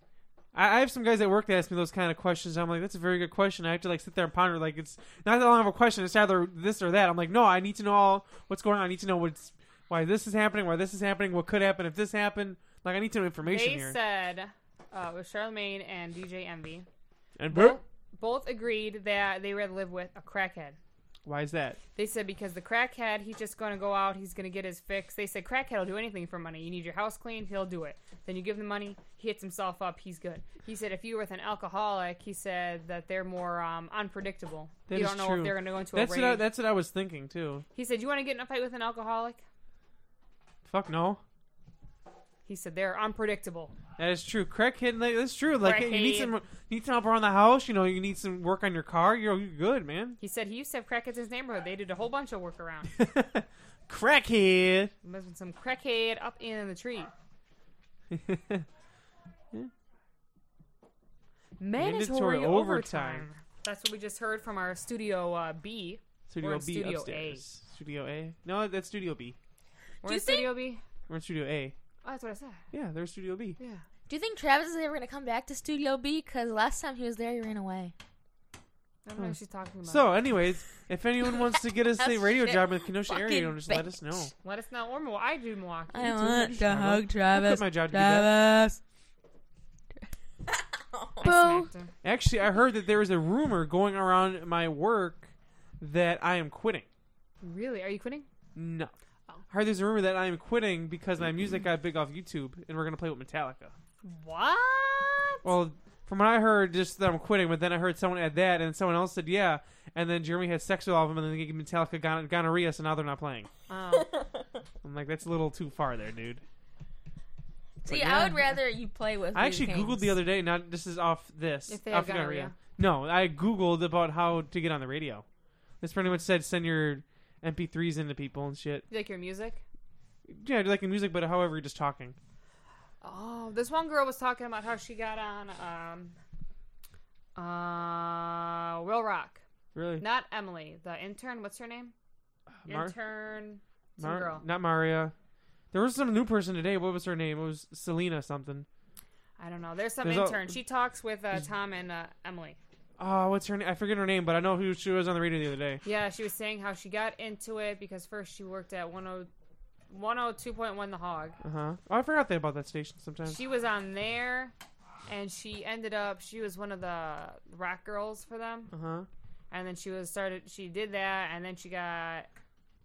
A: I, I have some guys at work that ask me those kind of questions. I'm like, that's a very good question. I have to like sit there and ponder. Like, it's not that long of a question. It's either this or that. I'm like, no, I need to know all what's going on. I need to know what's why this is happening, why this is happening, what could happen if this happened. Like, I need some information
B: They
A: here.
B: said uh, with Charlemagne and DJ Envy,
A: and
B: both, both agreed that they would rather live with a crackhead.
A: Why is that?
B: They said because the crackhead, he's just going to go out, he's going to get his fix. They said crackhead will do anything for money. You need your house cleaned, he'll do it. Then you give him the money, he hits himself up, he's good. He said if you're with an alcoholic, he said that they're more um, unpredictable.
A: That
B: you
A: is
B: don't know
A: true.
B: if they're going to go into
A: That's
B: a
A: what,
B: rage.
A: I, that's what I was thinking too.
B: he said, "You want to get in a fight with an alcoholic?"
A: Fuck no.
B: He said, "They're unpredictable."
A: That is true. Crackhead, like, that's true. Like you need
B: Crackhead.
A: some need some help around the house. You know, you need some work on your car. You're, you're good, man. <laughs>
B: He said he used to have crackheads in his neighborhood. They did a whole bunch of work around.
A: Crackhead. <laughs>
B: Must have been some crackhead up in the tree. Mandatory,
A: Mandatory
B: overtime.
A: overtime.
B: That's what we just heard from our studio uh, B.
A: Studio
B: in
A: B
B: Studio A.
A: upstairs. Studio A. No, that's Studio B.
B: We're
D: Do
B: in
D: you think-
B: Studio B.
A: We're in Studio A.
B: Oh, that's what I said.
A: Yeah, there's Studio B.
B: Yeah.
D: Do you think Travis is ever gonna come back to Studio B? Cause last time he was there, he ran away.
B: I don't know what she's talking about.
A: So, anyways, if anyone wants to get us a
D: That's
A: radio
D: shit.
A: job in the Kenosha area,
D: Fucking
A: you know, just let us know.
B: let us know. Or Milwa- I do Milwaukee.
D: I
A: too,
D: want
A: Miss
D: to
A: Chicago.
D: hug
A: I quit
D: Travis.
A: my job to do that.
D: Travis.
B: I smacked him.
A: Actually, I heard that there is a rumor going around my work that I am quitting.
B: Really? Are you quitting?
A: No. I heard there's a rumor that I am quitting because my music got big off YouTube and we're going to play with Metallica.
D: <laughs>
B: What?
A: Well, from what I heard, just that I'm quitting, but then I heard someone add that and someone else said, yeah. And then Jeremy had sex with all of them and then they gave Metallica gon- gonorrhea, so now they're not playing.
B: Oh.
A: I'm like, that's a little too far there,
B: <laughs>
A: dude.
D: See,
A: yeah.
D: I would rather you play with.
A: I
D: these
A: actually
D: games.
A: Googled the other day, not this is off this.
B: If they
A: off
B: have gonorrhea.
A: No, I Googled about how to get on the radio. This pretty much said send your MP3s into people and shit.
B: You like your music?
A: Yeah, like the music, but however, you're just talking.
B: Oh, this one girl was talking about how she got on um uh Will Rock.
A: Really?
B: Not Emily, the intern, what's her name?
A: Uh, Mar-
B: intern some
A: Mar-
B: girl.
A: Not Maria. There was some new person today. What was her name? It was Selena something.
B: I don't know. There's some
A: There's a-
B: intern. she talks with uh, Tom and uh, Emily.
A: Oh, what's her name? I forget her name, but I know who she was on the radio the other day.
B: Yeah, she was saying how she got into it because first she worked at oh, 10 102.1 The Hog.
A: Uh huh. Oh, I forgot that about that station sometimes.
B: She was on there and she ended up she was one of the rock girls for them.
A: Uh huh.
B: and then she was started she did that and then she got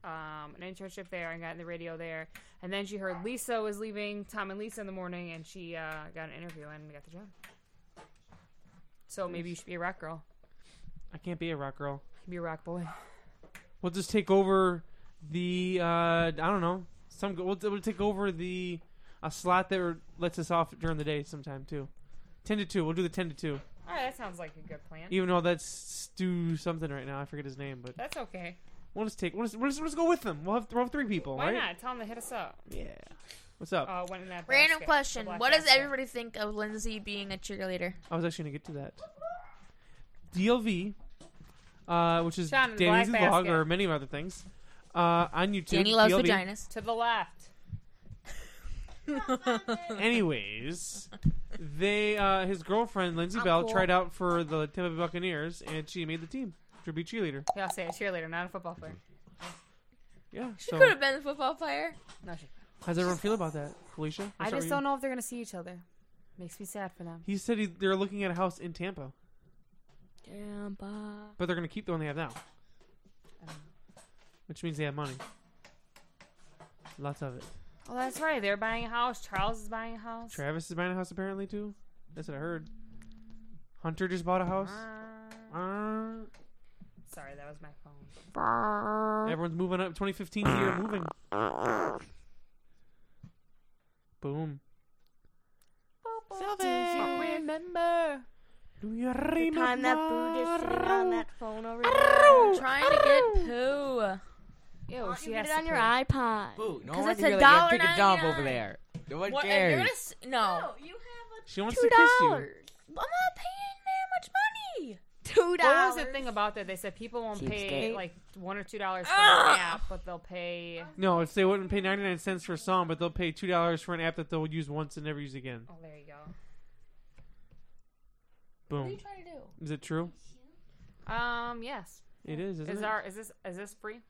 B: um, an internship there and got in the radio there and then she heard lisa was leaving tom and lisa in the morning and she uh, got an interview and got the job so maybe you should be a rock girl
A: I can't be a rock girl.
B: You could be a rock boy
A: We'll just take over the uh, I don't know. Some we'll, we'll take over the a slot that lets us off during the day sometime too. Ten to two. We'll do the ten to two.
B: all right that sounds like a good plan
A: Even though that's Stu something right now. I forget his name, but
B: that's okay
A: we'll just take. We'll just, we'll just, we'll just go with them. We'll have, we'll have three people.
B: why
A: right?
B: not tell them to hit us up
A: Yeah. What's up?
B: uh, when in that
D: Random
B: basket,
D: question:
B: the black
D: What does
B: basket.
D: everybody think of Lindsay being a cheerleader?
A: I was actually gonna get to that. DLV, uh, which is
B: Sean in the
A: Danny's
B: black
A: vlog
B: basket.
A: or many other things, uh, on YouTube.
D: Danny loves
A: DLV.
D: vaginas.
B: to the left
A: Anyways, they uh, his girlfriend Lindsay Bell
B: Oh, cool.
A: tried out for the Tampa Bay Buccaneers, and she made the team to be cheerleader.
B: yeah i'll say a cheerleader not a football player
A: Yeah.
D: She
A: So
D: could have been a football player.
B: no she
A: how's everyone feel about that, Felicia?
B: i just don't know if they're gonna see each other makes me sad for them
A: He said he, they're looking at a house in Tampa,
E: Damn, bah.
A: but they're gonna keep the one they have now, which means they have money. Lots of it.
B: Oh, that's right. They're buying a house. Charles is buying a house.
A: Travis is buying a house apparently too. That's what I heard. Hunter just bought a house.
B: Uh,
A: Uh,
B: sorry, that was my phone.
A: everyone's moving up. 2015 's the year of moving. Boom.
B: Remember.
A: Do you
E: The time that boo just shit on that phone over there.
D: I'm trying to get poo.
B: Ew, she
E: You get
B: has
E: it
B: to
E: on your
B: put-
E: iPod.
H: Boo, no
D: 'Cause
H: one
D: it's a
H: really gonna
D: dollar
H: take a dump over
D: ninety-nine.
H: there. No one
D: What? If
H: cares.
D: you're gonna s- no,
E: you have
A: She wants
E: two
A: to kiss you.
E: dollars.
D: I'm not paying that much money.
E: Two
B: What was
E: dollars.
B: the thing about that? They said people won't pay
G: Cheapskate.
B: like one or two dollars for
D: Ah!
B: an app, but they'll pay.
A: No, if they wouldn't pay 99 cents for a song, but they'll pay two dollars for an app that they'll use once and never use again.
B: Oh, there you go.
A: Boom. What are you trying to do? Is it true?
B: Um, yes.
A: It is. Isn't
B: Is
A: it?
B: our is this is this free?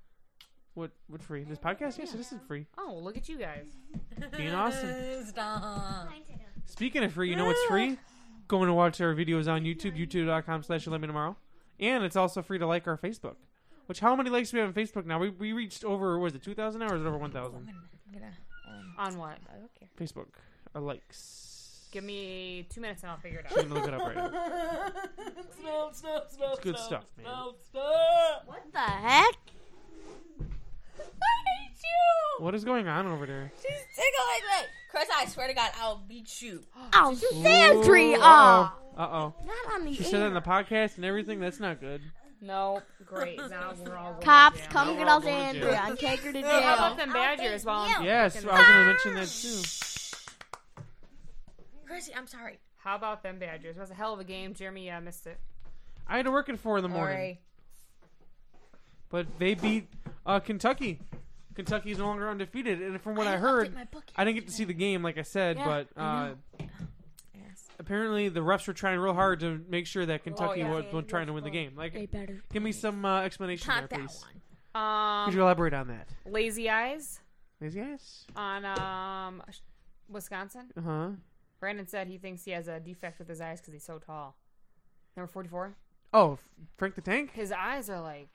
A: what? What free? This podcast? Yes, this is free.
B: Oh, look at you guys.
D: <laughs>
A: Being awesome.
D: Stop.
A: Speaking of free, you know what's free? Going to watch our videos on YouTube, youtube.com slash let me tomorrow. And it's also free to like our Facebook. Which how many likes do we have on Facebook now? We we reached over what is it two thousand hours or over one
D: I'm
A: thousand
D: gonna, I'm gonna, um,
B: On what?
D: I don't care.
A: Facebook our likes. <laughs>
B: Give me two minutes and I'll figure it out.
A: I'm gonna look it up right now.
H: Snow, snow, snow.
A: It's good stuff, man.
F: What the heck?
A: What is going on over there?
D: She's tickling me. Chris, I swear to God, I'll beat you.
E: Oh, Sandry!
A: Uh
E: Ah,
A: oh.
E: not on the
A: She said that in
E: air.
A: the podcast and everything. That's not good.
B: <laughs> No, great. Now we're all going
E: Cops,
B: down.
E: come
A: Now
E: get
A: we're all
E: us,
A: going to
E: Andrea, and take her to
B: How
E: jail.
B: about them badgers? While I'm
A: Yes, I
B: looking
A: was
B: at-
A: gonna mention that too.
D: Chrissy, I'm sorry.
B: How about them badgers? It was a hell of a game. Jeremy uh, missed it.
A: I had to work at four in the morning, but they beat uh, Kentucky. Kentucky's no longer undefeated, and from what I, heard, I didn't get to see the game, like I said,
D: Yeah,
A: but
D: I
A: uh, apparently the refs were trying real hard to make sure that Kentucky
B: yeah.
A: was, was trying to win the game.
E: They
A: Like,
E: better.
A: give me some uh, explanation
D: Not
A: there,
D: that
A: please.
D: one.
A: Could you
B: Um,
A: elaborate on that?
B: lazy eyes
A: Is yes.
B: on um, Wisconsin.
A: Uh huh.
B: Brandon said he thinks he has a defect with his eyes because he's so tall. Number forty-four.
A: Oh, Frank the Tank.
B: His eyes are like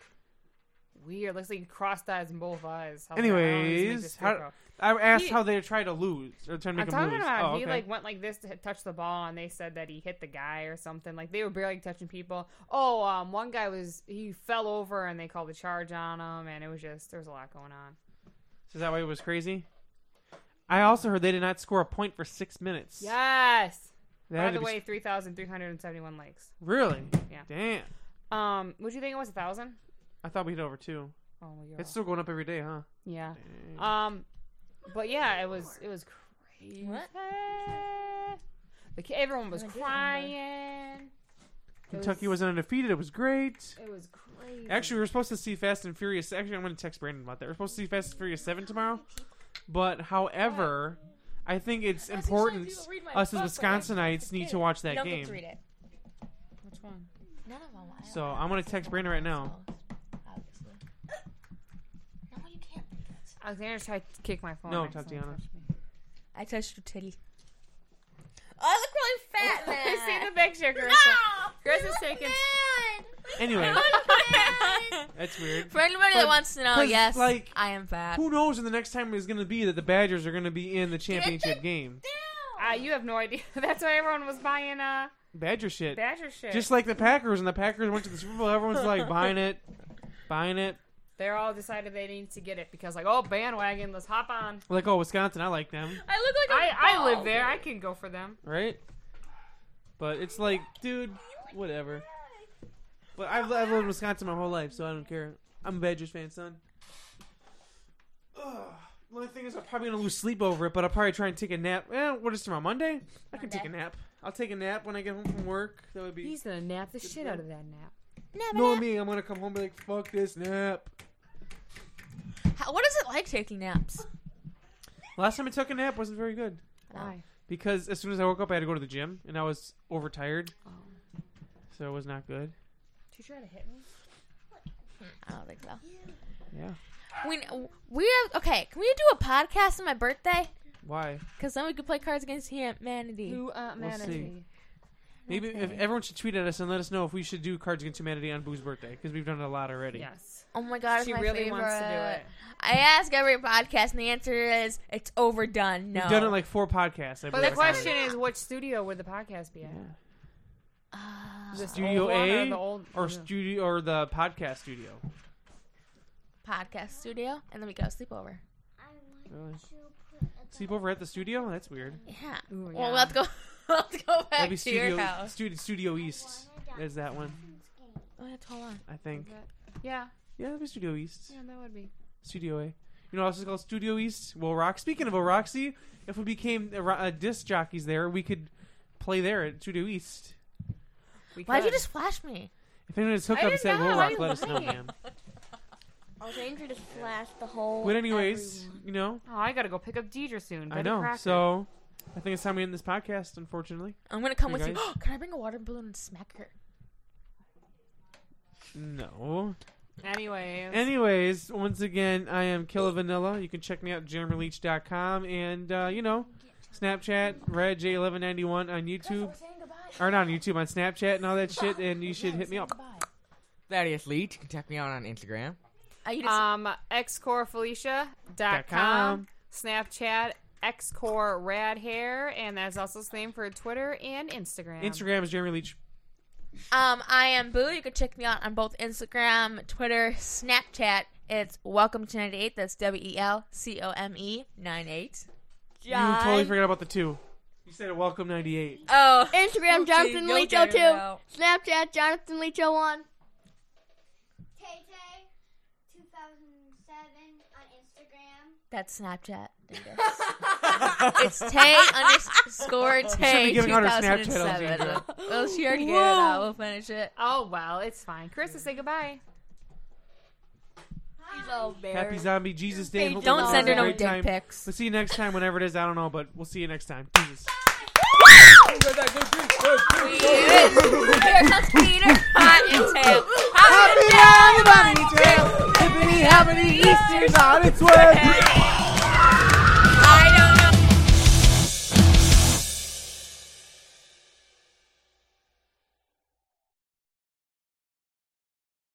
B: weird. Looks like he crossed eyes in both eyes. How's that? I don't know, he's making
A: Anyways,
B: this
A: how,
B: difficult.
A: I asked
B: He-
A: how they tried to lose or trying to
B: I'm
A: make him
B: talking
A: lose.
B: about
A: oh,
B: he
A: okay.
B: like went like this to hit- touch the ball, and they said that he hit the guy or something. Like they were barely touching people. Oh, um, one guy was he fell over, and they called the charge on him, and it was just there was a lot going on.
A: So is that why it was crazy? I also heard they did not score a point for six minutes.
B: Yes.
A: That
B: By
A: had
B: the
A: to be-
B: way, three thousand three hundred and seventy-one likes.
A: really?
B: <clears throat> Yeah.
A: Damn.
B: Um, would you think it was a thousand?
A: I thought we hit over two.
B: Oh my god.
A: It's still going up every day, huh?
B: yeah. Um, but yeah, it was it was crazy.
D: What?
B: The ki- everyone was
D: I did
B: crying.
A: Kentucky was undefeated. It was great.
B: It was crazy.
A: Actually, we were supposed to see Fast and Furious. Actually, I'm going to text Brandon about that. We're supposed to see Fast and Furious Seven tomorrow, but however, I think it's important us as Wisconsinites need to watch that
D: don't get to
A: game.
D: read it.
B: which one?
D: None of them. I don't
A: So
D: have
A: I'm going to text Brandon right
D: <laughs>
A: now.
D: those, obviously. No, you can't.
B: Alexander tried to kick my phone.
A: No,
B: and accidentally
A: Tatiana.
B: touched me.
D: I touched your titty. Oh, I look really fat,
B: I see
D: man.
B: the picture, Carissa. Carissa's taking.
A: Anyway,
D: <laughs>
A: that's weird.
D: For anybody
A: But-
D: that wants to know,
A: 'cause,
D: yes,
A: like,
D: I am fat.
A: Who knows when the next time is going to be that the Badgers are going to be in the championship game?
B: Uh, you have no idea. <laughs> That's why everyone was buying uh
A: Badger shit.
B: Badger shit.
A: Just like the Packers, and the Packers went to the Super Bowl. Everyone's like buying it, buying it.
B: They're all decided they need to get it because like oh bandwagon, let's hop on.
A: Like, oh, Wisconsin, I like them,
D: I look like
B: I
D: a
B: I
D: ball.
B: live there. I can go for them.
A: right? But it's like, dude, whatever. But I've, I've lived in Wisconsin my whole life, so I don't care. I'm a Badgers fan, son. Ugh. The only thing is, I'm probably gonna lose sleep over it, but I'll probably try and take a nap. Eh, what is tomorrow? Monday? I can take a nap. I'll take a nap when I get home from work. That would be.
B: He's gonna nap the shit out of that nap.
A: No, me. I'm gonna come home and be like, fuck this nap.
D: How, what is it like taking naps?
A: Last time I took a nap wasn't very good
B: Why?
A: because as soon as I woke up, I had to go to the gym and I was overtired,
B: Oh.
A: so it was not good.
B: Did you try to hit me?
D: I don't think so.
A: Yeah.
D: We we have okay. Can we do a podcast on my birthday?
A: Why?
D: Because then we could play Cards Against Humanity.
B: Who uh,
A: We'll
B: manatee?
A: see. Maybe if everyone should tweet at us and let us know if we should do Cards Against Humanity on Boo's birthday because we've done it a lot already.
B: Yes.
D: Oh my god, it's
B: she
D: my
B: really
D: favorite.
B: wants to do it.
D: I ask every podcast, and the answer is it's overdone. No,
A: We've done it like four podcasts. I
B: But
A: believe.
B: the question is, which studio would the podcast be at?
D: Uh,
B: The
A: Studio
B: old one
A: A
B: or the old
A: or
B: yeah.
A: studio or the podcast studio.
D: podcast studio, and then we go sleepover.
A: Really? Sleep over at the studio? That's weird.
D: Yeah.
B: Ooh,
D: Well,
B: yeah.
D: let's go. <laughs> let's go back
A: That'd
D: to
A: be studio,
D: your house.
A: studio Studio East. There's that one,
D: Oh, yeah, hold on.
A: I think.
B: yeah,
A: Yeah, that'd be Studio East.
B: yeah, that would be.
A: Studio A. You know what else is called Studio East? Well, Rock. Speaking of Will Roxy, if we became a, ro- uh disc jockeys there, we could play there at Studio East.
B: We
D: Why'd you
B: could.
D: just flash me?
A: If anyone's
B: I
A: hookups
B: didn't
A: at Will
B: know.
A: Rock,
B: I
A: let us know,
B: lied.
A: ma'am.
E: Ranger just flashed the whole.
A: But anyways, you know,
B: Oh, I gotta go pick up Deidre soon.
A: I
B: Betty
A: know.
B: Crocker.
A: So I think it's time we end this podcast. Unfortunately,
D: I'm gonna come
A: You
D: with you.
A: guys-
D: <gasps> Can I bring a water balloon and smack her?
A: no.
B: anyways,
A: Anyways, once again, I am Killa Vanilla. You can check me out at jeremyleach.com and, uh, you know, Snapchat, RedJ1191 on YouTube. Or not on YouTube, on Snapchat and all that shit, and you should hit me up.
I: Thaddeus Leach. You can check me out on Instagram.
D: Are you
A: Ah,
D: just,
B: Um,
A: Dot com.
B: xcorefelicia.com, Snapchat, xcore rad hair, and that's also the name for Twitter and Instagram.
A: Instagram is Jeremy Leach.
D: um, I am Boo. You can check me out on both Instagram, Twitter, Snapchat. It's welcome to 98. That's W E L C O M E 98.
A: You totally forgot about the two. You said a welcome 98.
D: Oh.
E: Instagram, Jonathan
D: you'll
E: Lecho
D: get it
E: 2.
D: out.
E: Snapchat, Jonathan Lecho 1.
F: KJ, 2007 on Instagram.
D: That's Snapchat. <laughs> it's Tay <laughs> underscore Tay
A: giving out her Snapchat
D: 2007.
A: algebra.
D: well, Oh, she already gave it out. We'll finish it.
B: Oh, well, it's fine. Carissa, say goodbye.
A: Happy Zombie Jesus Day. Hope
D: Don't
A: everyone has
D: send her
A: a
D: no
A: great
D: dick
A: time.
D: pics.
A: We'll see you next time, whenever it is. I don't know, but we'll see you next time. Jesus.
I: Go, go, go, go, go.
D: Here comes